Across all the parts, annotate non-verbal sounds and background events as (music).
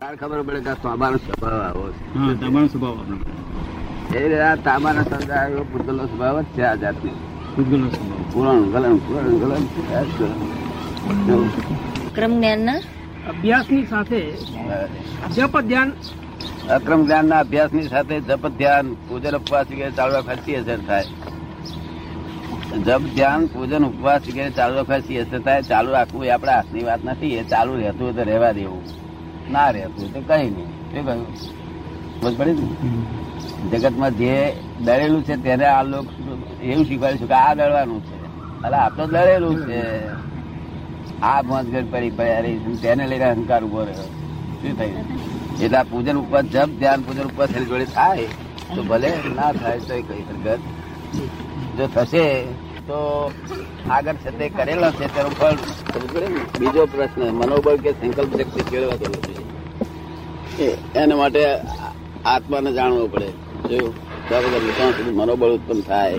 તાર ખબર પડે કે આ તાંબાનો સ્વભાવ આવો છે. હા તમારો સ્વભાવ આપણો એ રીતે આ તાંબાના સંસાર એવો પૂતગલનો સ્વભાવ જ છે આ જાતનો. પૂતગલનો સ્વભાવ પુરાણું ગલન, પુરાણું ગલન, આ જ ગલન. એવું. ક્રમ જ્ઞાનના અભ્યાસની સાથે જપ ધ્યાન અક્રમ જ્ઞાનના અભ્યાસની સાથે જપ ધ્યાન પૂજન ઉપવાસ વગેરે ચાલુ રાખવાથી અસર થાય જપ ધ્યાન પૂજન ઉપવાસ વગેરે ચાલુ રાખવાથી અસર થાય ચાલુ રાખવું એ આપણા હાથની વાત નથી એ ચાલુ રહેતું હોય તો રહેવા દેવું ના રહેતું હોય તો કઈ નહીં શું કહ્યું ખબર પડી ને જગતમાં જે દળેલું છે તેને આ લોક એવું શીખવાડ્યું છે કે આ દળવાનું છે અરે આ તો દળેલું છે આ ભોંતગઢ પડી પડ્યા રહી તેને લઈને અહંકાર ઉભો રહ્યો શું થયું એટલે આ પૂજન ઉપર જપ ધ્યાન પૂજન ઉપર થયેલ જોડે થાય તો ભલે ના થાય તો કઈ હરકત જો થશે તો આગળ છે તે કરેલો છે તેનું ફળ ખબર પડે ને? બીજો પ્રશ્ન મનોબળ કે સંકલ્પ શક્તિ કેળવાતો નથી એ- એના માટે આ- આત્માને જાણવું પડે જોયું ત્યાં બધા ત્યાં સુધી મનોબળ ઉત્પન્ન થાય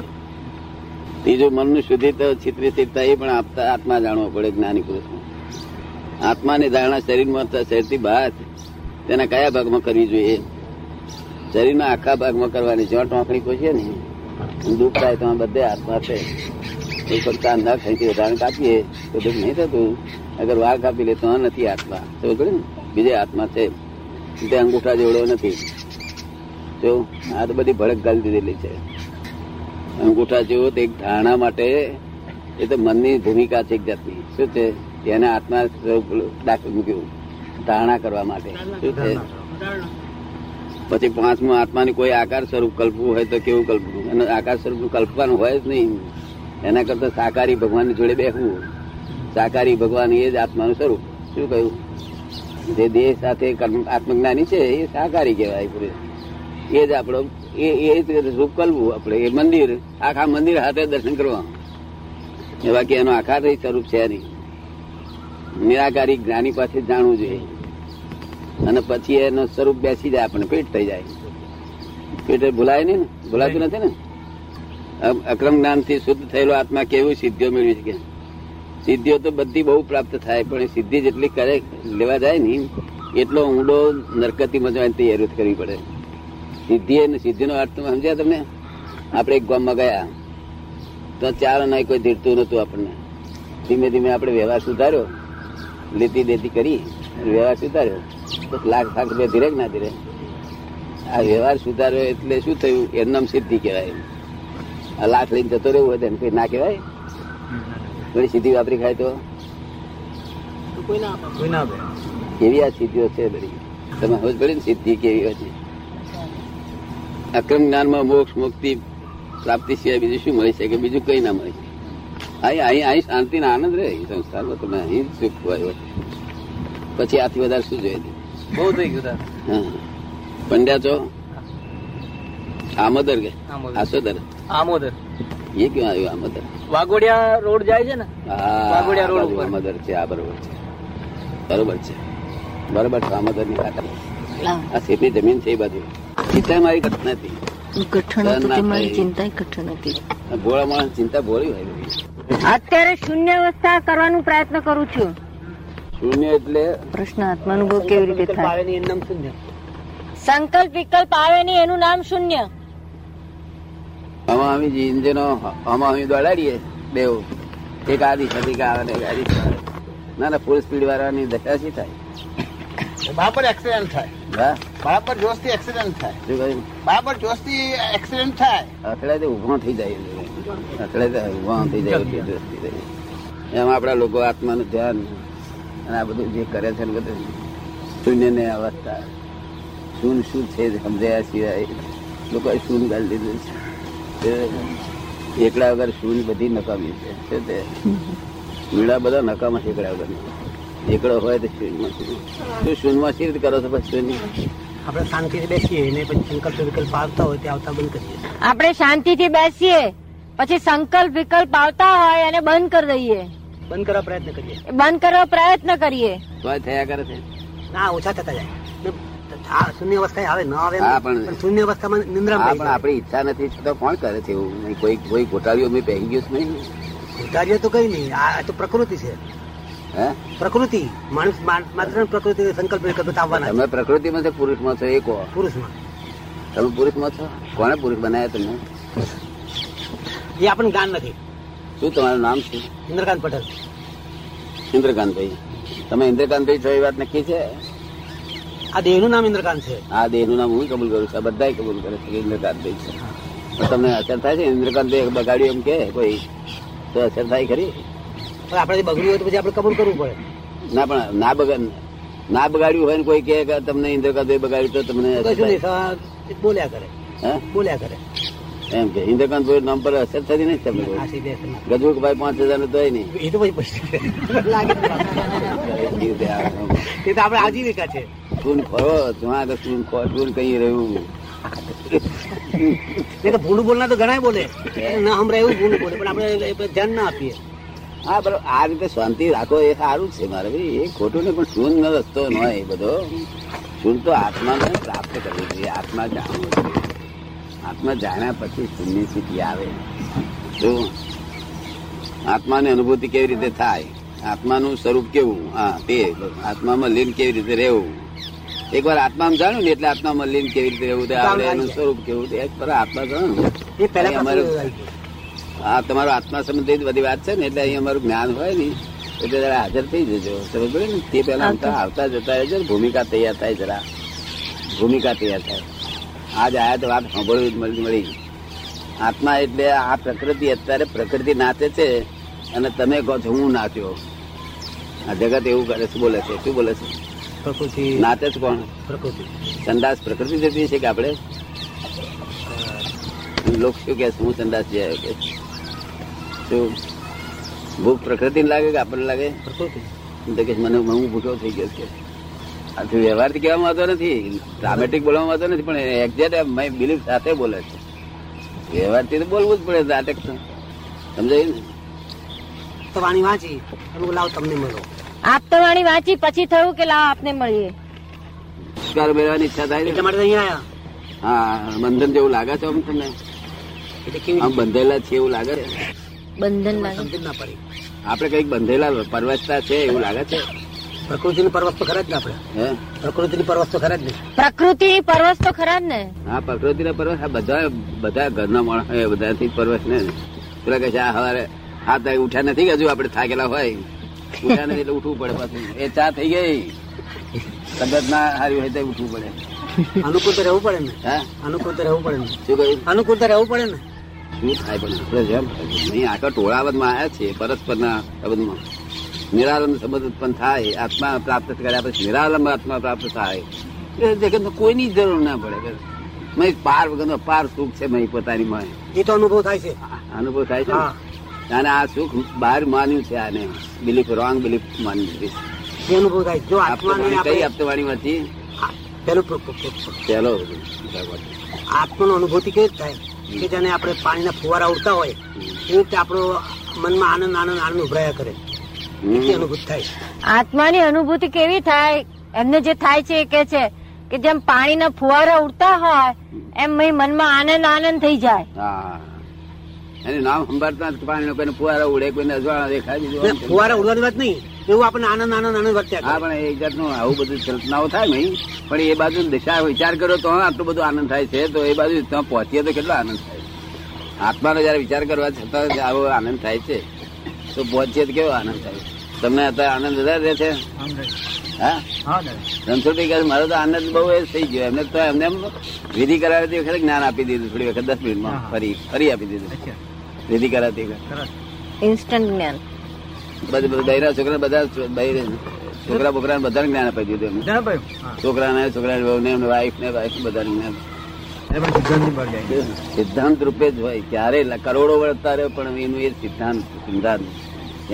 ત્રીજું મનનું શુદ્ધિ તો છિત્રી સ્થિરતા એ પણ આપતા આત્મા જાણવો પડે જ્ઞાની પુરુષને આત્માની ધારણા શરીરમાં તો શરીરથી બહાર તેના કયા ભાગમાં કરવી જોઈએ શરીરના આખા ભાગમાં કરવાની જ્યાં ટોંકણી પહોંચીએ ને દુઃખ થાય તો આ બધે આત્મા છે એ ફક્ત આ નખ અહીંથી વધારે કાપીએ તો દુઃખ નહીં થતું અગર વાળ કાપી લે તો આ નથી આત્મા તો ને બીજે આત્મા છે તે અંગૂઠા જેવડો નથી જો આ તો બધી ભડક ગાલી દીધેલી છે અંગૂઠા જેવો તે એક ધારણા માટે એ તો મનની ભૂમિકા છે એક જાતની શું છે એને આત્મા સ્વરૂપ દાખલ મૂક્યું ધારણા કરવા માટે શું છે પછી પાંચમું આત્માની કોઈ આકાર સ્વરૂપ કલ્પવું હોય તો કેવું કલ્પવું અને આકાર સ્વરૂપ કલ્પવાનું હોય જ નહીં એના કરતા સાકારી ભગવાનની જોડે બેસવું સાકારી ભગવાન એ જ આત્માનું સ્વરૂપ શું કહ્યું જે દેહ સાથે કર્મ- આત્મજ્ઞાની છે એ સાકારી કહેવાય પૂરે એ જ આપણો એ એ જ રૂપ કલવું આપણે એ મંદિર આખા મંદિર હાથે દર્શન કરવા એ બાકી એનો આકાર એ સ્વરૂપ છે નહીં નિરાકારી જ્ઞાની પાસે જાણવું જોઈએ અને પછી એનું સ્વરૂપ બેસી જાય આપણે પેટ થઈ જાય પેટ એ ભૂલાય નહીં ને ભૂલાતું નથી ને અમ- અક્રમ જ્ઞાનથી શુદ્ધ થયેલો આત્મા કેવી સિદ્ધિઓ મેળવી શકે સિદ્ધિઓ તો બધી બહુ પ્રાપ્ત થાય પણ એ સિદ્ધિ જેટલી કરે લેવા જાય ને એટલો ઊંડો નરકતી મજવાની તૈયારી કરવી પડે સિદ્ધિ અને સિદ્ધિનો અર્થ તમે સમજ્યા તમને આપણે એક ગામમાં ગયા તો ચાર અને કોઈ ધીરતું નતું આપણને ધીમે ધીમે આપણે વ્યવહાર સુધાર્યો લેતી દેતી કરી વ્યવહાર સુધાર્યો તો લાખ લાખ રૂપિયા ધીરે કે ના ધીરે આ વ્યવહાર સુધાર્યો એટલે શું થયું એમનામ સિદ્ધિ કહેવાય આ લાખ લઈને જતો રહેવું હોય તો એને કઈ ના કહેવાય થોડી સિદ્ધિ વાપરી ખાય તો એવી આ સિદ્ધિઓ છે બધી તમે સમજ પડી ને સિદ્ધિ કેવી હોય છે અક્રમ જ્ઞાનમાં મોક્ષ મુક્તિ પ્રાપ્તિ સિવાય બીજું શું મળી શકે બીજું કઈ ના મળી શકે અહીં અહીં અહીં શાંતિ ને આનંદ રહે અહીં સંસારમાં તમે અહીં જ સુખ હોય હોય. પછી આથી વધારે શું જોઈએ બહુ થઈ ગયું હા. પંડ્યા છો આમોદર કે આમોદર આસોદર આમોદર એ ક્યાં આવ્યું આમોદર વાઘોડિયા રોડ જાય છે ને હા, વાઘોડિયા રોડ આ બાજુ ઉપર. આમોદર છે આ બરોબર છે બરોબર છે બરોબર છે આમોદર ની વાત લાવ આ શેઠની જમીન છે એ બાજુ ચિંતા મારી ઘટ નથી ગઠણ હતું તે મારી ના, ચિંતા ગઠણ હતી ભોળા માણસ ચિંતા ભોળી હોય બધી. અત્યારે શૂન્યાવસ્થા કરવાનો પ્રયત્ન કરું છું શૂન્ય એટલે પ્રશ્ન આત્માનુભવ કેવી રીતે થાય આવે એનું નામ શૂન્ય સંકલ્પ વિકલ્પ આવે નહીં એનું નામ શૂન્ય આમાં અમે ઇન્જનો આમાં અમે દોડાડીએ બેવ એક આ દિશા થી આવે ને એક આ દિશા આવે. ના ના ફૂલ સ્પીડ વાળાની દશા શી થાય બરાબર એક્સિડન્ટ થાય વાહ બરાબર જોશથી એક્સિડન્ટ થાય શું કહ્યું બરાબર જોશથી એક્સિડન્ટ થાય અથડાય તો ઊભો થઈ જાય અથડાય તો ઊભો થઈ જાય એટલી દોસ્તી થઈ જાય. એમ આપણા લોકો આત્માનું ધ્યાન અને આ બધું જે કરે છે ને બધું શૂન્યને અવસ્થા શૂન શું છે એ સમજાયા સિવાય લોકોએ શૂન ગાળી દીધું છે તે એકલા વગર શૂન બધી નકામી છે શું તે મીડા બધા નકામા છે એકલા વગર એકડો હોય તો શૂનમાં શું શૂનમાં શી રીતે કરો છો પછી શૂન્ય આપણે શાંતિથી બેસીએ ને પછી સંકલ્પ વિકલ્પ આવતા હોય તે આવતા બંધ કરીએ આપણે શાંતિથી બેસીએ પછી સંકલ્પ વિકલ્પ આવતા હોય અને બંધ કરી દઈએ બંધ કરવા પ્રયત્ન કરીએ એ બંધ કરવાનો પ્રયત્ન કરીએ તોય થયા કરે છે ના ઓછા થતા જાય આ શૂન્ય અવસ્થા આવે ન આવે એમ હા, નહીં. પણ- પણ શૂન્ય અવસ્થામાં હા નિંદ્રા પણ આપણી ઈચ્છા નથી છતાં કોણ કરે છે એવું નહીં કોઈ કોઈ ગોટાળીઓ મેં પહેરી ગયું છે નહીં ઉતારીએ તો કઈ નહીં આ આ તો પ્રકૃતિ છે હે પ્રકૃતિ માણસ મા- માત્ર પ્રકૃતિ સંકલ્પ વિકલ્પ આવવાના છે તમે પ્રકૃતિમાં છો પુરુષમાં છો એ કહો પુરુષમાં તમે પુરુષમાં છો કોણે પુરુષ બનાવ્યા તમને એ આપણને જ્ઞાન નથી શું તમારું નામ છે ઇન્દ્રકાંત પટેલ ઇન્દ્રકાંતભાઈ તમે ઇન્દ્રકાંતભાઈ છો એ વાત નક્કી છે આ દેહનું નામ ઇન્દ્રકાંત છે આ દેહનું નામ હું કબૂલ કરું છું આ બધાય કબૂલ કરે છે કે ઇન્દ્રકાંતભાઈ છે પણ તમને અસર થાય છે ઇન્દ્રકાંતભાઈ બગાડ્યું એમ કે કોઈ તો અસર થાય ખરી પણ આપણે જે બગડ્યું હોય તો પછી આપણે કબૂલ કરવું પડે ના પણ ના બગાડ ના બગાડ્યું હોય ને કોઈ કહે કે તમને ઇન્દ્રકાંતભાઈ બગાડ્યું તો તમને તો અસર કશું નહીં થાય. સા- બોલ્યા કરે હે બોલ્યા કરે એમ કે ઇન્દ્રકાંતભાઈ નામ પર અસર થતી નહીં તમને આ કોઈ? સીધે હશે. ગજુકભાઈ પાંચ હજાર નું તોય (laughs) નહીં એ તો પછી પછી (laughs) લાગે છે. તે તો આપણે આજીવિકા છે ચૂન ખોરો ત્યાં આગળ ચૂન ખો ચૂન કહી રહ્યું નહીં તો ભૂંડું બોલનાર તો ઘણાય બોલે ના હમણાં એવું ભૂંડું બોલે પણ આપણે એ પર ધ્યાન ના આપીએ હા બરોબર આ રીતે શાંતિ રાખો એ સારું જ છે મારે ભાઈ એ ખોટું ને પણ શૂન નો રસ્તો ન હોય એ બધો શૂન તો આત્માને પ્રાપ્ત કરવું જોઈએ આત્મા જાણવું જોઈએ આત્મા જાણ્યા પછી શૂનની સ્થિતિ આવે જો આત્માની અનુભૂતિ કેવી રીતે થાય આત્માનું સ્વરૂપ કેવું હા તે આત્મામાં લીન કેવી રીતે રહેવું એકવાર આત્મામાં જાણ્યું ને એટલે આત્મામાં લીન કેવી રીતે રહેવું તે આવડે એનું સ્વરૂપ કેવું તે પર આત્મા જાણ્યું એ પહેલા અહીં પ્રશ્ન અમારું- આવી ગયો. આ તમારો આત્મા સંબંધિત બધી વાત છે ને એટલે અહીં અમારું જ્ઞાન હોય ને એટલે જરા હાજર થઈ જજો સમજ પડી ને તે પહેલા આવતા આવતા જતા રહેજો ને ભૂમિકા તૈયાર થાય જરા ભૂમિકા તૈયાર થાય આજ આયા તો વાત સાંભળવી જ મળી મળી આત્મા એટલે આ પ્રકૃતિ અત્યારે પ્રકૃતિ નાચે છે અને તમે કહો છો હું નાચ્યો આ જગત એવું કરે છે બોલે છે શું બોલે છે પ્રકૃતિ નાચે છે કોણ પ્રકૃતિ સંદાસ પ્રકૃતિ જતી છે કે આપણે લોકો શું કે શું સંદાસ છે કે શું ભૂખ પ્રકૃતિને લાગે કે આપણને લાગે પ્રકૃતિ એમ તો કે મને હું ભૂખ્યો થઈ ગયો છે આથી વ્યવહારથી કહેવામાં આવતો નથી ડ્રામેટિક બોલવામાં આવતો નથી પણ એક્ઝેક્ટ માય બિલીફ સાથે બોલે છે વ્યવહારથી તો બોલવું જ પડે નાટક તો. સમજાયું ને તો વાણી વાંચી અને હું લાવ તમને મળો આપ તો વાણી વાંચી પછી થયું કે લાવ આપને મળીએ છુટકારો મેળવવાની ઈચ્છા થાય એટલા ને માટે તો અહીંયા આવ્યા હા બંધન જેવું લાગે છે આમ તમને એટલે કેવી આમ બંધેલા છે એવું લાગે છે બંધન રીતે લાગે સમજ ના પડી આપણે કઈક બંધેલા પરવસતા છે એવું લાગે છે પ્રકૃતિની પરવસ તો ખરા જ ને આપણે હે પ્રકૃતિની પરવસ તો ખરા જ ને પ્રકૃતિ પરવશ તો ખરા જ ને આ પ્રકૃતિ ના પરવસ આ બધા બધા ઘરના માણસો એ બધાથી પરવસ ને પેલા કહે છે આ સવારે આ તો ઉઠ્યા નથી કે હજુ આપણે થાકેલા હોય ઉઠ્યા નથી એટલે ઉઠવું પડે પાછું એ ચા થઈ ગઈ તબિયત ના સારી હોય તો ઉઠવું પડે અનુકૂળ તો રહેવું પડે ને હા અનુકૂળ તો રહેવું પડે ને શું કહ્યું અનુકૂળ તો રહેવું પડે ને શું થાય પણ આપણે જેમ નહીં આખા ટોળાવદમાં આવ્યા છે પરસ્પરના સંબંધમાં નિરાલંબ સંબંધ ઉત્પન્ન થાય આત્મા પ્રાપ્ત કર્યા પછી નિરાલંબ આત્મા પ્રાપ્ત થાય એ જગતમાં કોઈની જ જરૂર ના પડે મય પાર વગરનો પાર સુખ છે મય પોતાની મય એ તો અનુભવ થાય છે આ- અનુભવ થાય છે હા ને? અને આ સુખ બહાર માન્યું છે આને બિલીફ રોંગ બિલીફ માન્યું છે એ અનુભવ થાય છે. જો આત્માને આપવાની કઈ આપણે આપતવાણી માંથી પેલું પ્ર- પ્ર- પ્ર- પહેલો આત્માનો અનુભૂતિ કેવી રીતે થાય કે જેને આપણે પાણીના ફુવારા ઉડતા હોય એ રીતે આપણો મનમાં આનંદ આનંદ આનંદ ઉભરાયા કરે એ હમ. અનુભૂત થાય આત્માની અનુભૂતિ કેવી થાય એમને જે થાય છે એ કે છે કે જેમ પાણીના ફુવારા ઉડતા હોય એમ મય મનમાં આનંદ આનંદ થઈ જાય હા એનું નામ સંભાળતા જ પાણીનો કોઈને ફુવારા ઉડે કોઈને અજવાળા દેખાય બીજું ને આમ કંઈ. ફુવારા ઉડવાની વાત નહીં એવું આપણને આનંદ આનંદ આનંદ વર્ત્યા હા કરે પણ એ જાતનું આવું બધું કલ્પનાઓ થાય નહીં પણ એ બાજુ દિશા વિચાર કરો તો આટલો બધો આનંદ થાય છે તો એ બાજુ ત્યાં પહોંચીએ તો કેટલો આનંદ થાય આત્માનો જયારે વિચાર કરવા છતાં જ આવો આનંદ થાય છે તો પહોંચીએ તો કેવો આનંદ થાય તમને અત્યારે આનંદ વધારે રહે છે હા રણછોડભાઈ કહે છે, મારો તો આનંદ બહુ એ થઈ ગયો એમને તો એમને એમ વિધિ કરાવતી વખતે જ્ઞાન આપી દીધું થોડી વખત દસ મિનિટમાં ફરી ફરી આપી દીધું વિધિ કરાવતી વખતે ઇન્સ્ટન્ટ જ્ઞાન બધા બધા બૈરા છોકરા બધા બૈરા છોકરા બોકરા બધાને જ્ઞાન અપાઈ દીધું એમને છોકરાને છોકરાની વહુને એમને વાઈફ ને વાઈફ બધાને જ્ઞાન. સિદ્ધાંત રૂપે જ હોય ક્યારે લ- કરોડો વળતા રહ્યો પણ એનું એ સિદ્ધાંત સિદ્ધાંત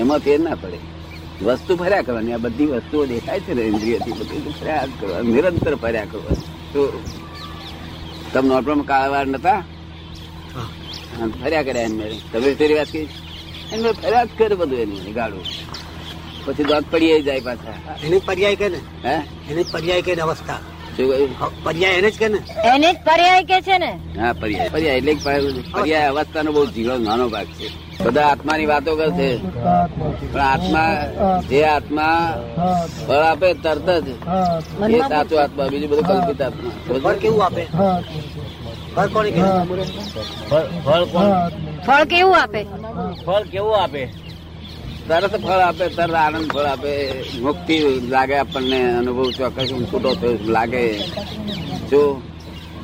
એમાં ફેર ના પડે વસ્તુ ફર્યા કરવાની આ બધી વસ્તુઓ દેખાય છે ને ઇન્દ્રિયથી બધું તો ફર્યા જ કરવા નિરંતર ફર્યા કરવા તો તમે નોટમાં કાળા વાળ નતા હા. હા, ફર્યા કર્યા એમને તમે ફેરી વાત કરી એમને ફર્યા જ કરે બધું એનું ગાડું પછી દોત પડી જાય પાછા એને જ પર્યાય કે ને હે એને જ પર્યાય કે ને અવસ્થા શું કહ્યું હ- પર્યાય એને જ કે ને એને જ પર્યાય કે છે ને હા પર્યાય પર્યાય એટલે એક પર્યાય- પર્યાય અવસ્થાનો બહુ ઝીણો નાનો ભાગ છે બધા આત્માની વાતો કરશે પણ આત્મા જે આત્મા ફળ આપે તરત જ એ સાચો આત્મા બીજું બધું કલ્પિત આત્મા ફળ સમજો? કેવું આપે ફળ કોને કે ફળ કેવું આપે તરત ફળ આપે તરત આનંદ ફળ આપે મુક્તિ લાગે આપણને અનુભવ ચોક્કસ હું છૂટો થયો લાગે જો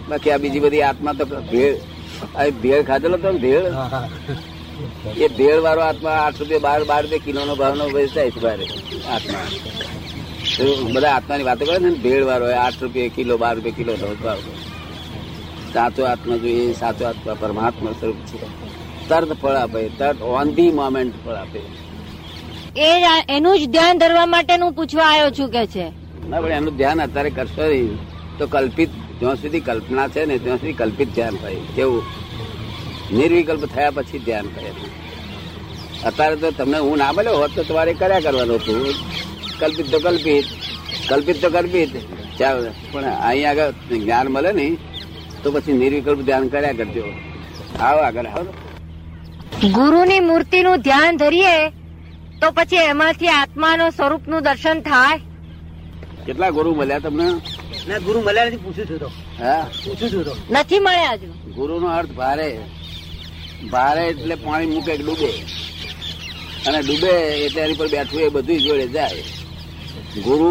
બાકી આ બીજી બધી આત્મા તો ભેળ આ ભેળ ખાધેલો તો ભેળ એ ભેળ વાળો આત્મા આઠ રૂપિયા બાર બાર રૂપિયા કિલો નો ભાવ નો વેચાય છે બારે આત્મા તો બધા આત્માની વાતો કરે છે ને ભેળ વાળો હોય આઠ રૂપિયા કિલો બાર રૂપિયા કિલો નો ભાવ સાચો આત્મા જોઈએ સાચો આત્મા પરમાત્મા સ્વરૂપ છે તરત ફળ આપે તરત ઓન ધી મોમેન્ટ ફળ આપે એ જ આ- એનું જ ધ્યાન ધરવા માટે હું પૂછવા આવ્યો છું કે છે ના પણ એનું ધ્યાન અત્યારે કરશો નહીં તો કલ્પિત જ્યાં સુધી કલ્પના છે ને ત્યાં સુધી કલ્પિત ધ્યાન થાય કેવું નિર્વિકલ્પ થયા પછી ધ્યાન કરે અત્યારે તો તમને હું ના મળ્યો હોત તો તમારે કર્યા કરવાનું હતું કલ્પિત તો કલ્પિત કલ્પિત તો કલ્પિત ચાલ પણ અહીં આગળ જ્ઞાન મળે ને તો પછી નિર્વિકલ્પ ધ્યાન કર્યા કરજો આવો આગળ આવો ગુરુની મૂર્તિનું ધ્યાન ધરીએ તો પછી એમાંથી આત્માનો સ્વરૂપનું દર્શન થાય કેટલા ગુરુ મળ્યા તમને ના ગુરુ મળ્યા નથી પૂછું છું તો હા પૂછું છું તો નથી મળ્યા હજુ ગુરુ નો અર્થ ભારે ભારે એટલે પાણી મૂકે કે ડૂબે અને ડૂબે એટલે એની પર બેઠું એ બધું જોડે જાય ગુરુ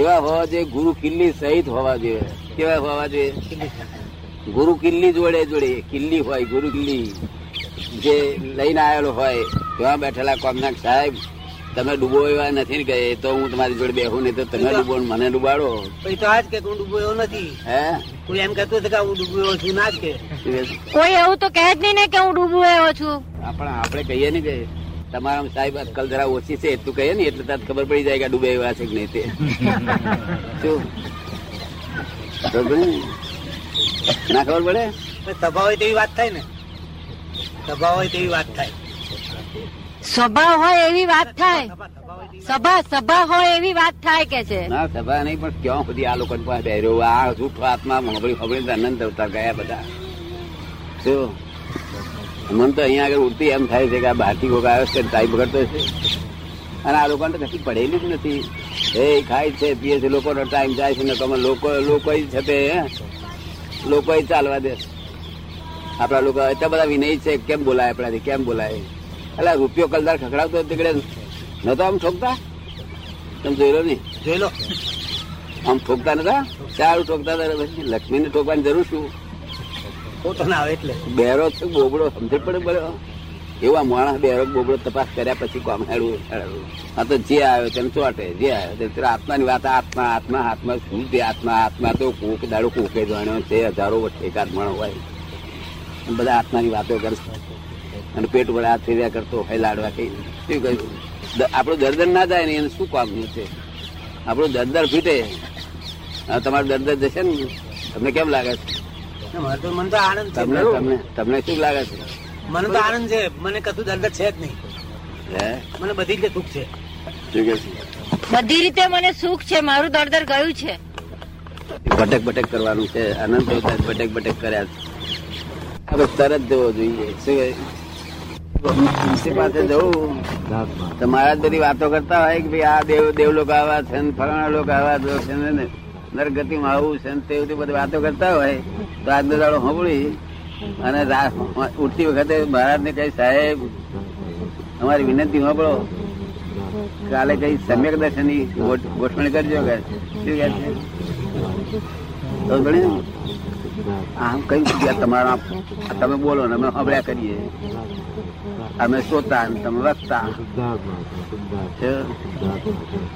એવા હોવા જોઈએ ગુરુ કિલ્લી સહિત હોવા જોઈએ કેવા હોવા જોઈએ ગુરુ કિલ્લી જોડે જોડે કિલ્લી હોય ગુરુ કિલ્લી જે લઈને આવેલો હોય એવા બેઠેલા કોમનાક સાહેબ તમે ડૂબો એવા નથી ને કહે તો હું તમારી જોડે બેહું નહીં તો તમે ડૂબો ને મને ડૂબાડો પછી તો આજ કે હું ડૂબો એવો નથી હે કોઈ એમ કહેતો હતો કે હું ડૂબો એવો છું ના જ કે શું કહે છે? કોઈ એવું તો કહે જ નહીં ને કે હું ડૂબું એવો છું હા, પણ આપણે કહીએ ને કે તમારા સાહેબ અક્કલ જરા ઓછી છે એટલું કહીએ ને એટલે તરત ખબર પડી જાય કે આ ડૂબે એવા છે કે નહીં તે શું? ખબર પડી ને? ના ખબર પડે પણ સભા હોય તેવી વાત થાય ને સભા હોય તેવી વાત થાય સ્વભાવ હોય એવી વાત થાય સભા સભા સભા હોય તેવી સભા હોય એવી વાત થાય કે છે ના સભા નહીં પણ ક્યાં સુધી આ લોકો પાસે બેર્યો આ જૂઠો આત્મા હોબળી હોબળી તો અનંત અવતાર ગયા બધા શું મને તો અહીંયા આગળ ઉડતી એમ થાય છે કે આ બહારથી કોક આવ્યો છે ટાઈપ કરતો છે અને આ લોકોને તો કશી પડેલી જ નથી એ ખાય છે પીએ છે લોકોનો ટાઈમ જાય છે ને તમે લોકો લોકો છે તે લોકો ચાલવા દે આપણા લોકો એટલા બધા વિનય છે કેમ બોલાય આપણાથી કેમ બોલાય એટલે રૂપિયો કલદાર ખખડાવતો તીકડે નતો આમ ઠોકતા તમે જોયેલો નહીં જોઈ લો આમ ઠોકતા નતા ચારું ઠોકતા હતા પછી લક્ષ્મી ને ઠોકવાની જરૂર શું ફોટો ના આવે એટલે બહેરો છે બોબડો સમજ પડે બળ્યો એવા માણસ બહેરો બોબડો તપાસ કર્યા પછી કોમ હેડવું હેડવું. આ તો જે આવ્યો તેને ચોટે જે આવ્યો તેને ત્યારે આત્માની વાત આત્મા આત્મા આત્મા શું છે આત્મા આત્મા તો કોક દાડો કોકે જાણ્યો છે હજારો વર્ષ એકાદ માણસ હોય અને બધા આત્માની વાતો કરશે અને પેટ વડે હાથ ફેર્યા કરતો હોય લાડવા કઈ શું કહ્યું દ- આપણું દર્દન ના જાય ને એને શું કામનું છે આપણું દર્દર ફીટે હવે તમારું દર્દર જશે ને તમને કેમ લાગે છે ને મને તો મને તો આનંદ છે તમને તમને તમને શું લાગે છે મને તો આનંદ છે મને કશું દર્દ છે જ નહીં હે મને બધી રીતે દુઃખ છે શું કહે છે? બધી રીતે મને સુખ છે મારું દળદર ગયું છે ભટક ભટક કરવાનું છે અનંત અવતાર ભટક ભટક કર્યા છે આપણે તરત જવો જોઈએ શું કહે? ઋષિ પાસે જવું તો મહારાજ બધી વાતો કરતા હોય કે ભાઈ આ દેવ દેવ લોકો આવા છે ને ફલાણા લોકો આવા જો છે ને ને નરગતિમાં આવું છે ને તેવું તે બધી વાતો કરતા હોય તો આજનો દાડો સાંભળી અને રા- ઉઠતી વખતે મહારાજને કહી સાહેબ અમારી વિનંતી સાંભળો કાલે કઈ સમ્યક દર્શનની ગોઠ- ગોઠવણ કરજો કે શું કહે છે તો ભણી ને? આમ કઈ જગ્યા તમારા આ તમે બોલો ને અમે સાંભળ્યા કરીએ અમે સોતા ને તમે વસતા છે?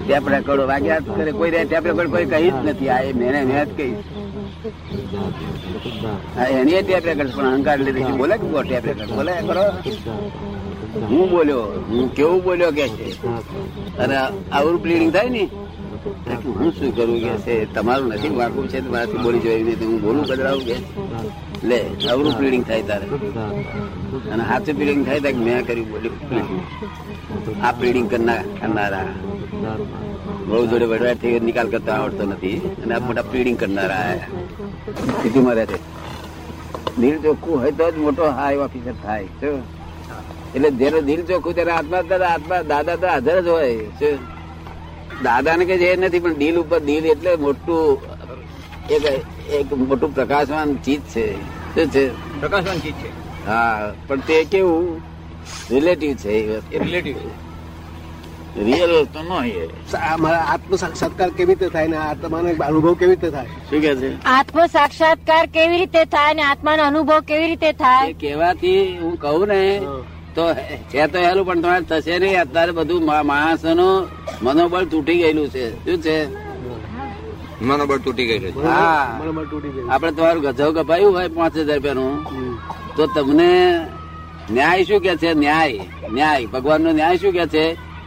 ટેપ રેકોર્ડો વાગ્યા જ કરે કોઈ રે- ટેપ રેકોર્ડ કોઈ કહી જ નથી આ એ મેને મેં જ કહી હા, એની એ ટેપ રેકોર્ડ પણ અહંકાર લીધે છે. બોલે કે બહુ ટેપ રેકોર્ડ બોલે કરો હું બોલ્યો હું કેવું બોલ્યો કે છે અને આવું બ્લીડિંગ થાય ને તો કે હું શું કરું કે છે તમારું નથી વાકું છે તો મારાથી બોલી જોઈએ નહીં તો હું બોલું બદલાવું કે લે અવરું બ્લીડિંગ થાય તારે અને હાથે બ્લીડિંગ થાય ત્યારે મેં કર્યું બોલ્યું બ્લીડિંગ આ બ્લીડિંગ કરનારા બહુ જોડે વડવાથી નિકાલ કરતા આવડતો નથી અને આ મોટા પીડિંગ કરનારા આયા. સીધું મારે છે દિલ ચોખ્ખું હોય તો જ મોટો હાઈ ઓફિસર થાય શું? એટલે જેનું દિલ ચોખ્ખું તેના આત્મા જ દાદા આત્મા દાદા તો હાજર જ હોય શું? દાદાને કઈ જે નથી પણ દિલ ઉપર દિલ એટલે મોટું એક એક મોટું પ્રકાશવાન ચીજ છે શું છે પ્રકાશવાન ચીજ છે હા પણ તે કેવું રિલેટિવ છે એ વસ્તુ. રિલેટિવ રિયલ તો ન હોય મારા આત્મ સાક્ષાત્કાર કેવી રીતે થાય ને આત્માનો એક અનુભવ કેવી રીતે થાય શું કે છે આત્મ સાક્ષાત્કાર કેવી રીતે થાય અને આત્માનો અનુભવ કેવી રીતે એ થાય કહેવાથી હું કહું ને તો છે તો હેલું પણ તમારે થશે નહીં અત્યારે બધું મા- માણસોનું મનોબળ તૂટી ગયેલું છે શું છે મનોબળ તૂટી ગયેલું છે હા. મનોબળ તૂટી ગયું આપણે તમારું ગધો કપાયું હોય પાંચ હજાર રૂપિયાનું તો તમને ન્યાય શું કે છે ન્યાય ન્યાય ભગવાનનો ન્યાય શું કે છે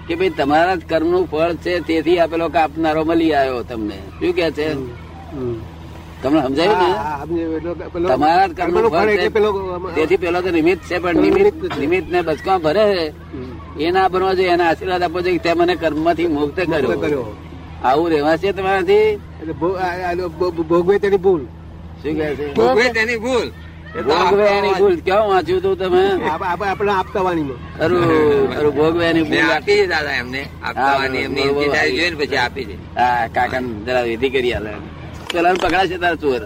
કે ભાઈ તમારા જ કર્મનું ફળ છે તેથી આપેલો કાપનારો મળી આવ્યો તમને શું કે છે તમને સમજાયું ને હા, આપને પેલો- પેલો- તમારા જ કર્મનું કર્મનું ફળ ફળ એટલે છે. પેલો તેથી પેલો તો નિમિત્ત છે પણ નિમિત્ત નિમિત્ત ને બચકા ભરે છે એ ના ભરવા જોઈએ એના આશીર્વાદ આપવો જોઈએ કે તે મને કર્મમાંથી મુક્ત કર્યો કર્યો આવું રહેવાશે તમારાથી એટલે ભો- આ- આ ભો- ભોગવે તેની ભૂલ શું કહે છે ભોગવે તેની ભૂલ એ તો ભોગવ્યાની ભૂલ ક્યાં વાંચ્યું તું તમે આપ- આપ- આપણે આપતા વાણીમાં ખરું ખરું ભોગવ્યાની મેં ભૂલ આપી છે દાદા એમને આપવાની એમની બરોબર. ઈચ્છા જોઈને પછી આપી દે હા કાકા જરા વિધિ કરી આલે પેલા પકડાશે તારા ચોર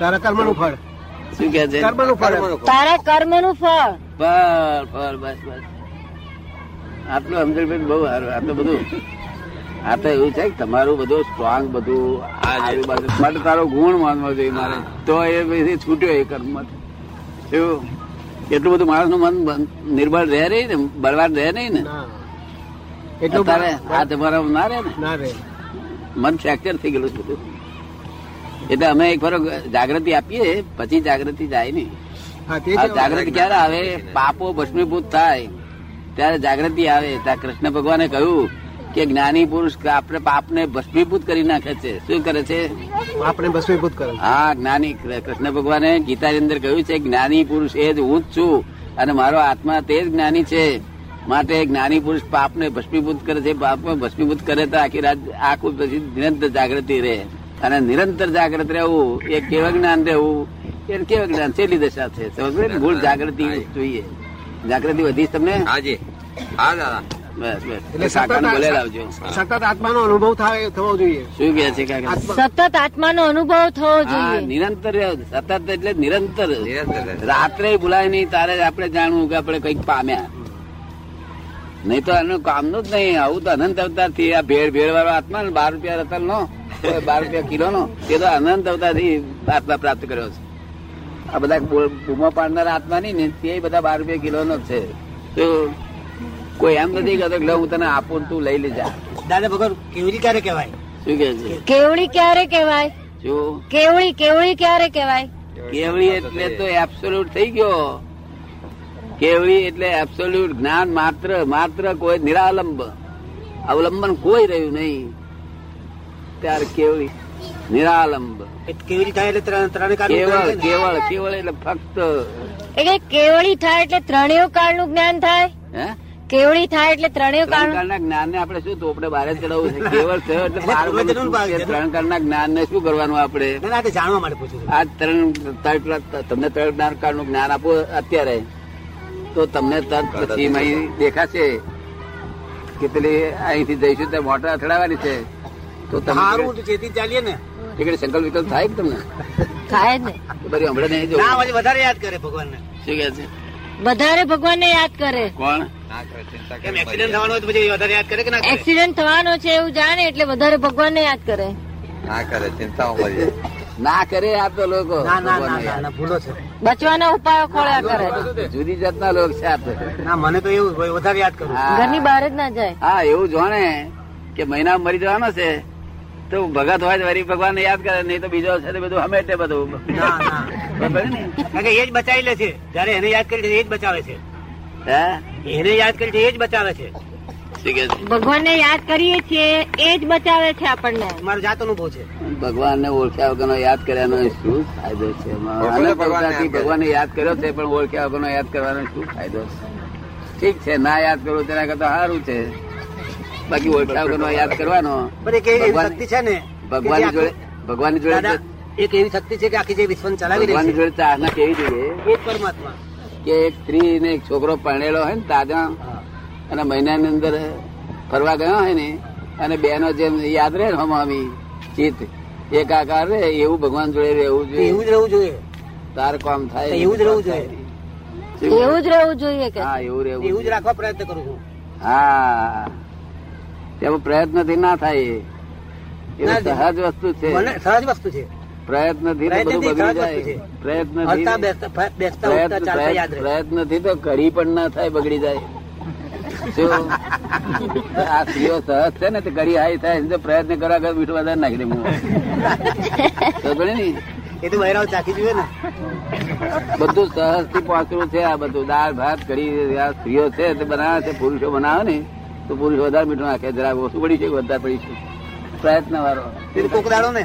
તારા કર્મનું ફળ શું કે છે કર્મનું ફળ કર્મનું ફળ. તારા કર્મનું ફળ પર પર બસ બસ આટલું સમજણ બહુ સારું આટલું બધું આ તો એવું છે કે તમારું બધું સ્ટ્રોંગ બધું આજુબાજુ માટે તારો ગુણ માનવો જોઈએ મારે તો એ પછી છૂટ્યો એ કર્મ એવું એટલું બધું માણસનું મન બન- નિર્બળ રહે નહીં ને બળવાન રહે નહીં ને ના એટલું અત્યારે આ તમારા ના રહે ને ના રે મન ફ્રેક્ચર થઈ ગયેલું છે બધું એટલે અમે એક ફરો જાગૃતિ આપીએ પછી જાગૃતિ જાય નહીં હા તે આ જ જાગૃતિ ક્યારે આવે પાપો ભસ્મીભૂત થાય ત્યારે જાગૃતિ આવે ત્યાં કૃષ્ણ ભગવાને કહ્યું કે જ્ઞાની પુરુષ આપણે પાપને ભસ્મીભૂત કરી નાખે છે શું કરે છે આપણે ભસ્મીભૂત કરે હા જ્ઞાની કૃષ્ણ ભગવાને ગીતાની અંદર કહ્યું છે જ્ઞાની પુરુષ એ જ હું જ છું અને મારો આત્મા તે જ જ્ઞાની છે માટે જ્ઞાની પુરુષ પાપને ભસ્મીભૂત કરે છે પાપને ભસ્મીભૂત કરે તો આખી રાત આખું પછી નિરંતર જાગૃતિ રહે અને નિરંતર જાગૃત રહેવું એ કેવા જ્ઞાન રહેવું એ કેવા જ્ઞાન છેલ્લી દશા છે સમજ પડી ને? મૂળ જાગૃતિ જોઈએ જાગૃતિ વધી છે તમને હાજી હા દાદા બસ એટલે બસ સતત કાકાને બોલે આ- લાવજો સતત આત્માનો અનુભવ થાય થવો જોઈએ શું કે છે કાકા આત્મા સતત આત્માનો અનુભવ થવો હા જોઈએ નિરંતર રહેવું. સતત એટલે નિરંતર નિરંતર રહેવું. રાત્રે ભૂલાય નહીં તારે આપણે જાણવું કે આપણે કંઈક પામ્યા નહીં તો એનું કામનું જ નહીં આવું તો અનંત અવતાર થી આ ભેળ ભેળ વાળો આત્મા ને બાર રૂપિયા રતલ નો કોઈ બાર રૂપિયા કિલો નો એ તો અનંત અવતાર થી આત્મા પ્રાપ્ત કર્યો છે આ બધા બૂ- બૂમો પાડનારા આત્મા નહીં ને તે બધા બાર રૂપિયા કિલો નો છે તો કોઈ એમ નથી કહેતો કે લે હું તને આપું ને તું લઈ લેજા દાદા ભગવાન કેવરી ક્યારે કહેવાય શું કે છે કેવડી ક્યારે કહેવાય શું કેવડી કેવડી ક્યારે કહેવાય કેવડી એટલે તો એબ્સોલ્યુટ થઈ ગયો કેવડી એટલે એબ્સોલ્યુટ જ્ઞાન માત્ર માત્ર કોઈ નિરાલંબ અવલંબન કોઈ રહ્યું નહીં ત્યારે કેવડી નિરાલંબ કેવરી થાય એટલે ત્રણ- ત્રણે કેવળ કાર્ય કેવળ કેવળ એટલે ફક્ત એટલે કેવડી થાય એટલે ત્રણેય કાળનું જ્ઞાન થાય હે કેવડી થાય એટલે ત્રણેય ત્રણ કાળનું કાળના જ્ઞાન ને આપણે શું તો આપણે બહાર જ ચડાવવું છે કેવળ થયો એટલે બહાર એટલે બધું પૂર્વજન્મનું ભાગ છે. ત્રણ કાળના જ્ઞાન ને શું કરવાનું આપણે ના ના, તે જાણવા માટે પૂછું છું. આ ત્રણ તર્ક- તમને ત્રણ જ્ઞાનકાળનું જ્ઞાન આપો અત્યારે તો તમને તરત પછી મહી દેખાશે કે પેલી અહીંથી જઈશું ત્યાં મોટર અથડાવાની છે તો હારું તમને જેથી ચાલીએ ને ટિકિટ સંકલ્પ વિકલ્પ થાય કે તમને થાય જ ને તો ફરી હમણાં નહીં ના જવું પછી વધારે યાદ કરે ભગવાનને શું કે છે વધારે ભગવાનને યાદ કરે કોણ ના કરે ચિંતા કેમ કરી એક્સિડન્ટ થવાનો હોય તો પછી વધારે યાદ કરે કે ના કરે એક્સિડન્ટ થવાનો છે એવું જાણે એટલે વધારે ભગવાનને યાદ કરે ના કરે ચિંતામાં પડી જાય. ના કરે આ તો લોકો ના ના ના ના, ના ભૂલો છે બચવાના ઉપાયો ખોળ્યા કરે જુદી જાતના લોકો છે આ તો. ના મને તો એવું હોય, વધારે યાદ કરું હા. ઘરની બહાર જ ના જાય હા એવું જાણે કે મહિના મરી જવાનો છે તો ભગત હોય તો વરી ભગવાન યાદ કરે નહીં તો બીજો છે તો બધું હમેટે બધું ના ના ખબર પડી ને? કારણ કે એ જ બચાવી લે છે જયારે એને યાદ કરી છે એ જ બચાવે છે હે એને યાદ કરી છે એ જ બચાવે છે શું કે છે ભગવાનને યાદ કરીએ છીએ એ જ બચાવે છે આપણને મારો જાત અનુભવ છે ભગવાન ને ઓળખ્યા વગરનો યાદ કર્યાનો એ શું ફાયદો છે એમાં? ભગવાને ભગવાનને આપ્યા. અનંત અવતારથી ભગવાનને યાદ કર્યો છે પણ ઓળખ્યા વગરનો યાદ કરવાનો શું ફાયદો છે ઠીક છે ના યાદ કરવું તેના કરતા સારું છે બાકી ઓળખ્યા વગરનો યાદ કરવાનો પણ એક એવી ભગવાન- શક્તિ છે ને કે જે ભગવાનની જોડે આખું- ભગવાનની જોડે દાદા, એક એવી શક્તિ છે કે આખી જે વિશ્વને ચલાવી રહી ભગવાનની જોડે ચાહના કેવી જોઈએ છે એ જ પરમાત્મા કે એક સ્ત્રી ને એક છોકરો પરણેલો હોય ને તાજા અને મહિનાની અંદર ફરવા ગયો હોય ને અને બેનો જેમ યાદ રહે ને હમામી ચિત્ત એક આકાર રહે એવું ભગવાન જોડે રહેવું તો જોઈએ એવું જ રહેવું જોઈએ તાર કામ થાય તો એવું જ રહેવું જોઈએ. શું? એવું જ રહેવું જોઈએ કે હા એવું રહેવું એવું જ જોઈએ. રાખવા પ્રયત્ન કરું છું હા તેમાં પ્રયત્નથી ના થાય એ ના થાય. સહજ વસ્તુ છે મને સહજ વસ્તુ છે પ્રયત્નથી તો બધું બગડી પ્રયત્નથી સહજ વસ્તુ જાય છે. પ્રયત્નથી હલતા બેસતા ફ- બેસતા ઉઠતા પ્રયત્ન ચાલતા યાદ રહે પ્રયત્ન થી તો ઘડી પણ ના થાય બગડી જાય શું? આ સ્ત્રીઓ સહજ છે ને તે ઘડી હાઈ થાય ને તો પ્રયત્ન કરવા કરતા મીઠું વધારે નાખી દે મોંમાં. સમજ પડી ને એ તો બહેરાઓ ચાખી જુએ ને બધું સહજ થી પહોંચવું છે આ બધું દાળ ભાત ઘડી આ સ્ત્રીઓ છે તે બનાવે છે પુરુષો બનાવે ને તો પુરુષ વધારે મીઠું નાખે જરા ઓછું પડી છે વધારે પડી છે પ્રયત્ન વાળો તે કોક દાડો ને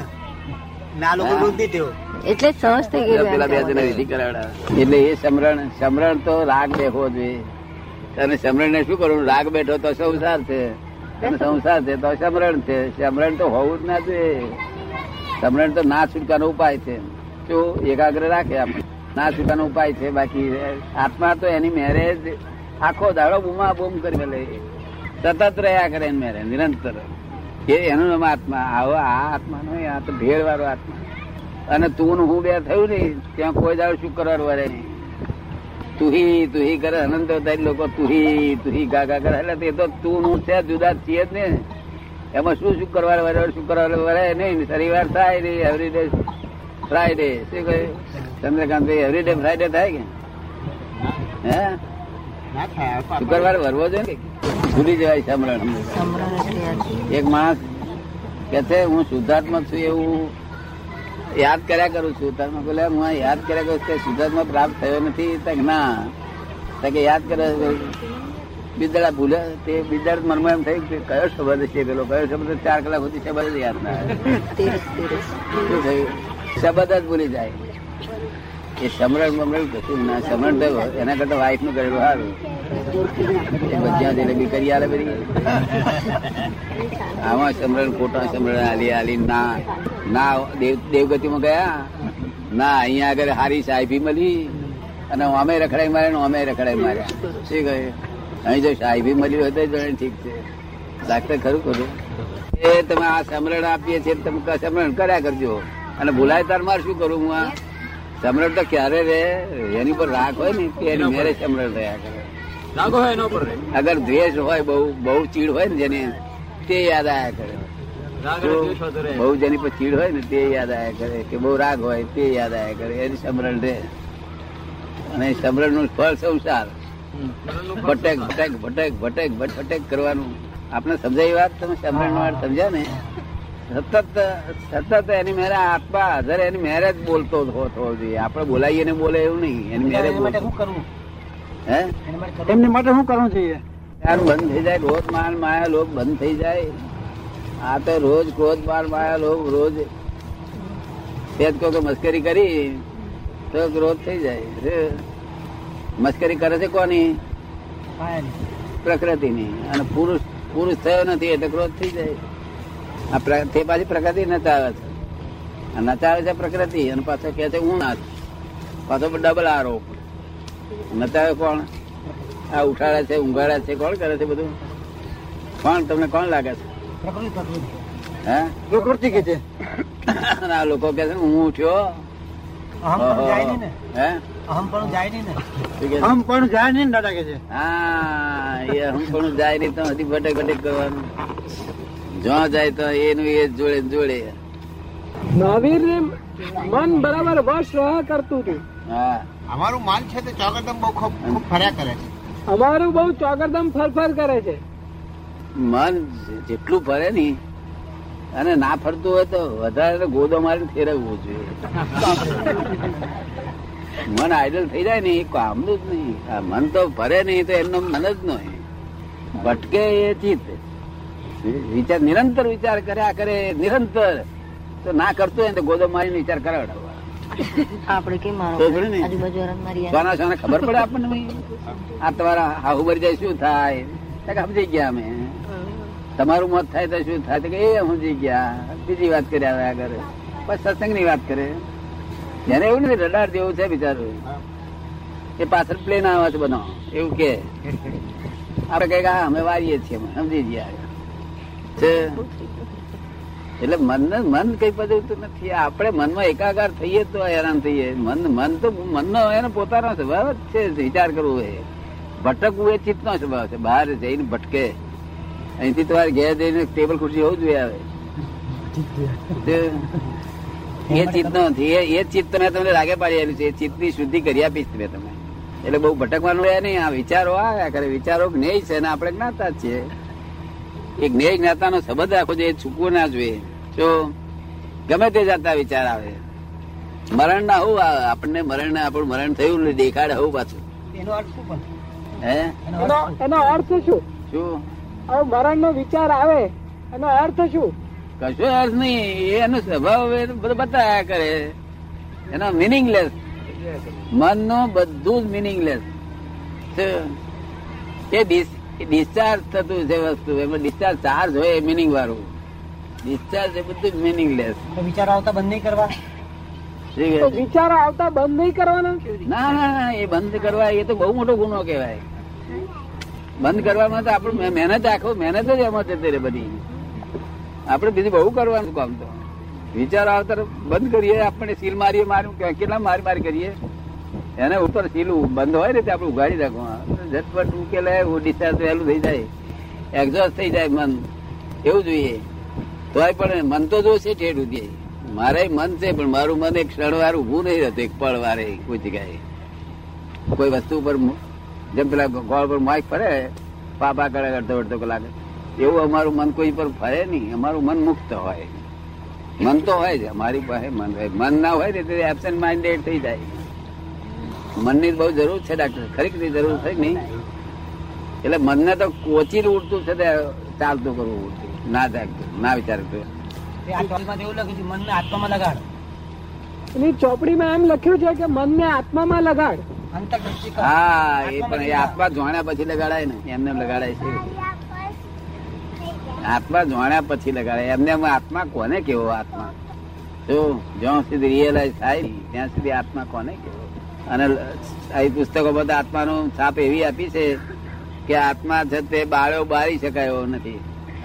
ને આ લોકો હા. રોજ ટેવ એટલે જ સહજ થઈ ગયેલું પેલા એમ બે કહેવાનું. જણા વિધિ કરાવડાવે. એટલે એ સમરણ સમરણ તો રાગ બેઠો જોઈએ અને સમરણ ને શું કરવું રાગ બેઠો તો સંસાર છે અને સંસાર છે તો સમરણ છે સમરણ તો હોવું જ ના જોઈએ સમરણ તો ના છૂટકાનો ઉપાય છે જો એકાગ્ર રાખે આપણે ના છૂટકાનો ઉપાય છે બાકી આત્મા તો એની મેરેજ આખો દાડો બૂમા બૂમ કરી લે સતત રહ્યા કરે એની મેરેજ નિરંતર એ એનું નામ આત્મા આવો આ આત્મા નહીં આ તો ભેળ વાળો આત્મા અને તું ને હું બે થયું ને ત્યાં કોઈ દાડો શું કરવા વરે નહીં તુહી તુહી કરે અનંત અવતારી લોકો તુહી તુહી ગા ગા કરે એટલે તે તો તું ને હું છે જુદા જ છીએ જ ને એમાં શું શું કરવા વરે શું કરવા વરે નહીં શનિવાર થાય નહીં એવરીડે ફ્રાઈડે શું કહે ચંદ્રકાંત ભાઈ એવરીડે ફ્રાઈડે થાય કે હે ના થાય શુક્રવાર વરવો જોઈએ ને? ભૂલી જવાય સમરણ સમજો. સમરણ એટલે યાદ. એક માણસ કે છે હું શુદ્ધાત્મા છું એવું યાદ કર્યા કરું છું તમે બોલે હું આ યાદ કર્યા કરું છું કે શુદ્ધાત્મા પ્રાપ્ત થયો નથી તો કે ના તો કે યાદ કરે બિદડા ભૂલે તે બિદડ મનમાં એમ થયું કે કયો શબ્દ છે પેલો કયો શબ્દ ચાર કલાક સુધી શબ્દ જ યાદ ના આવે તેરસ તેરસ શું થયું શબ્દ જ ભૂલી જાય એ સમરણ બમરણ કશું ના સમરણ થયું એના કરતા વાઇફ નું કરેલું સારું એ ભજીયા જલેબી કરી આલે બધી આમાં સમરણ ખોટા સમરણ આલી આલી ના ના દેવ દેવગતિમાં ગયા ના અહીંયા આગળ હારી સાહેબી મળી અને અમે રખડાઈ માર્યા ને અમે રખડાઈ માર્યા શું કહે અહીં જો સાહેબી મળી હોય તો જણે ઠીક છે ડાક્ટર ખરું કરું એ તમે આ સમરણ આપીએ છીએ તમે ક- સમરણ કર્યા કરજો અને ભૂલાય તાર મારે શું કરું હું આ સમરણ તો ક્યારે રે એની પર રાખ હોય ને કે એની મેરે સમરણ રહ્યા કરે અગર દ્વેષ હોય બહુ બહુ ચીડ હોય ને જેને તે યાદ આયા કરે જો બહુ જેની પર ચીડ હોય ને તે યાદ આયા કરે કે બહુ રાગ હોય તે યાદ આયા કરે એની સમરણ રહે અને સમરણ નું ફળ સંસાર ભટેક ભટેક ભટેક ભટેક ભટેક કરવાનું આપણે સમજાય વાત તમે સમરણ વાત સમજ્યા ને સતત સતત એની મેરે આત્મા હાજર એની મેરે જ બોલતો થવો થવો જોઈએ આપણે બોલાઈએ ને બોલે એવું નહીં એની મેરે બોલતો કરવું હે એમને માટે શું કરવું જોઈએ જ્ઞાન બંધ થઈ જાય ક્રોધ માન માયા લોક બંધ થઈ જાય આ તો રોજ ક્રોધ માન માયા લોક રોજ તેજ કોઈ કોઈ મસ્કરી કરી તો ક્રોધ થઈ જાય હે. મસ્કરી કરે છે કોની પ્રકૃતિની અને પુરુષ પુરુષ થયો નથી એટલે ક્રોધ થઈ જાય આ પ્ર- તે પાછી પ્રકૃતિ નચાવે છે આ નચાવે છે પ્રકૃતિ અને પાછો કહે છે હું ના છું. પાછો ડબલ આરોપ નચાવે કોણ આ ઉઠાડા છે ઊંઘાડા છે કોણ કરે છે બધું કોણ તમને કોણ લાગે છે હે પ્રકૃતિ કે છે અને આ લોકો કે છે હું ઉઠ્યો હે અહમ પણ જાય નહીં ને શું કહે છે? અહમ પણ જાય નહીં દાદા કે છે હા એ અહંપણું જાય નહીં તો હજી ભટક ભટક કરવાનું જ્યાં જાય તો એનું એ જ જોડે ને જોડે હા અમારું માન છે તે ચોકરદમ બહુ ખૂબ ખૂબ ફર્યા કરે છે અમારું બહુ ચોકરદમ ફરફર કરે છે મન જેટલું ફરે ને અને ના ફરતું હોય તો વધારે ગોદો મારીને ફેરવવું જોઈએ મન આઈડલ થઈ જાય ને એ કામનું જ નહીં આ મન તો ફરે નહીં તો એમનો મન જ નહીં ભટકે એ ચિત્ત વિચાર નિરંતર વિચાર કર્યા કરે નિરંતર તો ના કરતું હોય ને તો ગોદો મારીને વિચાર કરાવડાવવા આપડે કે મારો તો થોડી ને. આજુબાજુ વાળાને મારી યાદ. સોના સોના ખબર પડે આપણને ભઈ? આ તમારા હાહુ મરી જાય શું થાય તો કે સમજી ગયા અમે તમારું મત થાય તો શું થાય તો કે એ સમજી ગયા બીજી વાત કરી આવે આગળ પછી સત્સંગની વાત કરે ત્યારે એવું નથી રડાર જેવું છે બિચારું એ પાછળ પ્લેન આવે છે બનો એવું કે આપણે કઈ હા અમે વારીએ છીએ અમે સમજી ગયા છે એટલે મન મન કઈ બધું નથી આપણે મનમાં એકાકાર થઈએ તો હેરાન થઈએ મન મન તો મનનો એનો પોતાનો સ્વભાવ જ છે વિચાર કરવો એ ભટકવું એ ચિત્તનો સ્વભાવ છે બહાર જઈને ભટકે અહીંથી તમારે ઘેર જઈને ટેબલ ખુરશી હોવું જોઈએ આવે તે એ ચિત્ત નથી એ- એ ચિત્ત મેં તમને રાગે પાડી આપ્યું છે એ ચિત્તની શુદ્ધિ કરી આપીશ મેં તમે એટલે બહુ ભટકવાનું રહે નહીં આ વિચારો આવ્યા કરે વિચારો જ્ઞેય છે ને આપણે જ્ઞાતા જ છીએ એ જ્ઞેય જ્ઞાતાનો સંબંધ રાખવો જોઈએ એ છૂટવો ના જોઈએ જો ગમે તે જાતના વિચાર આવે મરણ ના હોવું આ- આપણને મરણ ના- આપણું મરણ થયું ને દેખાડે હોવું પાછું એનો અર્થ શું પણ હે એનો- એનો અર્થ શું શું હવે મરણ નો વિચાર આવે એનો અર્થ શું કશો અર્થ નહીં એનો સ્વભાવ એ બધો બતાયા કરે એનો મિનિંગલેસ મનનો બધું જ મિનિંગલેસ એ ડિસ્ચાર્જ થતું છે વસ્તુ એમાં ડિસ્ચાર્જ ચાર્જ હોય એ મિનિંગ વાળું ડિસ્ચાર્જ એ બધું મિનિંગલેસ તો વિચારો આવતા બંધ નહીં કરવા તો વિચારો આવતા બંધ નહીં કરવાના ના ના ના એ બંધ કરવા એ તો બહુ મોટો ગુનો કહેવાય બંધ કરવામાં તો આપણું મહે- મહેનત આખો મહેનત જ એમાં જતી રહે બધી આપણે બીજું બહુ કરવાનું કામ તો વિચાર આવતા બંધ કરીએ આપણે સીલ મારીએ મારું કે- કેટલા મારી મારી કરીએ એને ઉપર સીલ ઉ- બંધ હોય ને તે આપણે ઉગાડી રાખવા ઝટપટ ઉકેલે ડિસ્ચાર્જ વહેલું થઈ જાય એક્ઝોસ્ટ થઈ જાય મન એવું જોઈએ તોય પણ મન તો જો છે ઠેઠ ઉધી મારે મન છે પણ મારું મન એક ક્ષણવાર ઊભું નહીં રહેતું એક પળ વારે કોઈ જગ્યાએ કોઈ વસ્તુ ઉપર મુ- જેમ પેલા ગોળ પર માઇક ફરે પાપા કરે અડધો અડધો કલાક એવું અમારું મન કોઈ પર ફરે નહીં અમારું મન મુક્ત હોય મન તો હોય જ અમારી પાસે મન હોય મન ના હોય ને તો એબસેન્ટ માઇન્ડેડ થઈ જાય મનની બહુ જરૂર છે ડાક્ટર ખરી ખરી જરૂર છે કે નહીં એટલે મનને તો કોચી ઉડતું છે તે ચાલતું કરવું ઉડતું ના જાગતું ના વિચારતું એવું લખ્યું છે મનને આત્મામાં લગાડ એની ચોપડીમાં એમ લખ્યું છે કે મનને આત્મામાં લગાડ અંતરદૃષ્ટિ કર. હા એ પણ એ આત્મામાં આત્મા જોણ્યા પછી લગાડાય ને એમને લગાડાય છે આત્મા જોણ્યા પછી લગાડાય એમને એમ આત્મા કોને કેવો આત્મા જો જ્યાં સુધી રિયલાઇઝ થાય ને, ત્યાં સુધી આત્મા કોને કેવો અને લ- આ પુસ્તકો બધા આત્માનું છાપ એવી આપી છે કે આત્મા છે તે બાળો બાળી શકાય એવો નથી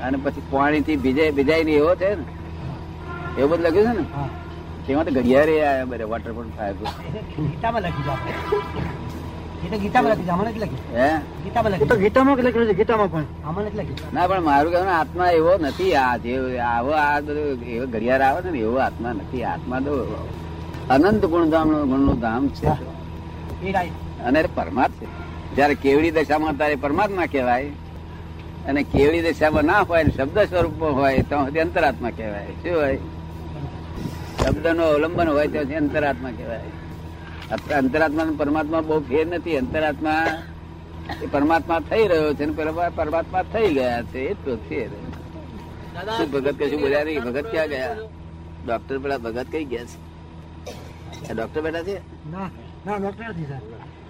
અને પછી પાણીથી ભીજાય ભીજાય ને એવો છે ને એવું બધું લખ્યું છે ને હા. તેમાં તો ઘડિયાળે આવ્યા બધા વોટરપ્રૂફ ફાયર એ તો ગીતામાં લખી છે આપણે. એ તો ગીતામાં લખી છે આમાં નથી લખી હે ગીતામાં લખી છે. ગીતામાં લખેલું છે ગીતામાં પણ આમાં નથી લખી ના પણ મારું કહેવું આત્મા એવો નથી આ જે આવો આ બધું એવો ઘડિયાળ આવે છે ને એવો આત્મા નથી આત્મા તો અનંત ગુણધામ ગુણનું ધામ છે એ રાઈટ અને એ પરમાર્થ છે જયારે કેવડી દશામાં ત્યારે પરમાત્મા કહેવાય અને કેવડી દશામાં ના હોય ને શબ્દ સ્વરૂપમાં હોય તો સુધી અંતરાત્મા કહેવાય શું હોય શબ્દનો અવલંબન હોય તો પછી અંતરાત્મા કહેવાય અત્યારે અંતરાત્મા અને પરમાત્મા બહુ ફેર નથી અંતરાત્મા એ પરમાત્મા થઈ રહ્યો છે ને પરમા- પરમાત્મા થઈ ગયા છે એ તો ફેર શું ભગત કશું બોલ્યા નહીં ભગત ક્યાં ગયા ડોક્ટર પેલા ભગત કઈ ગયા છે આ ડોક્ટર બેઠા છે ના ના ડોક્ટર નથી સાહેબ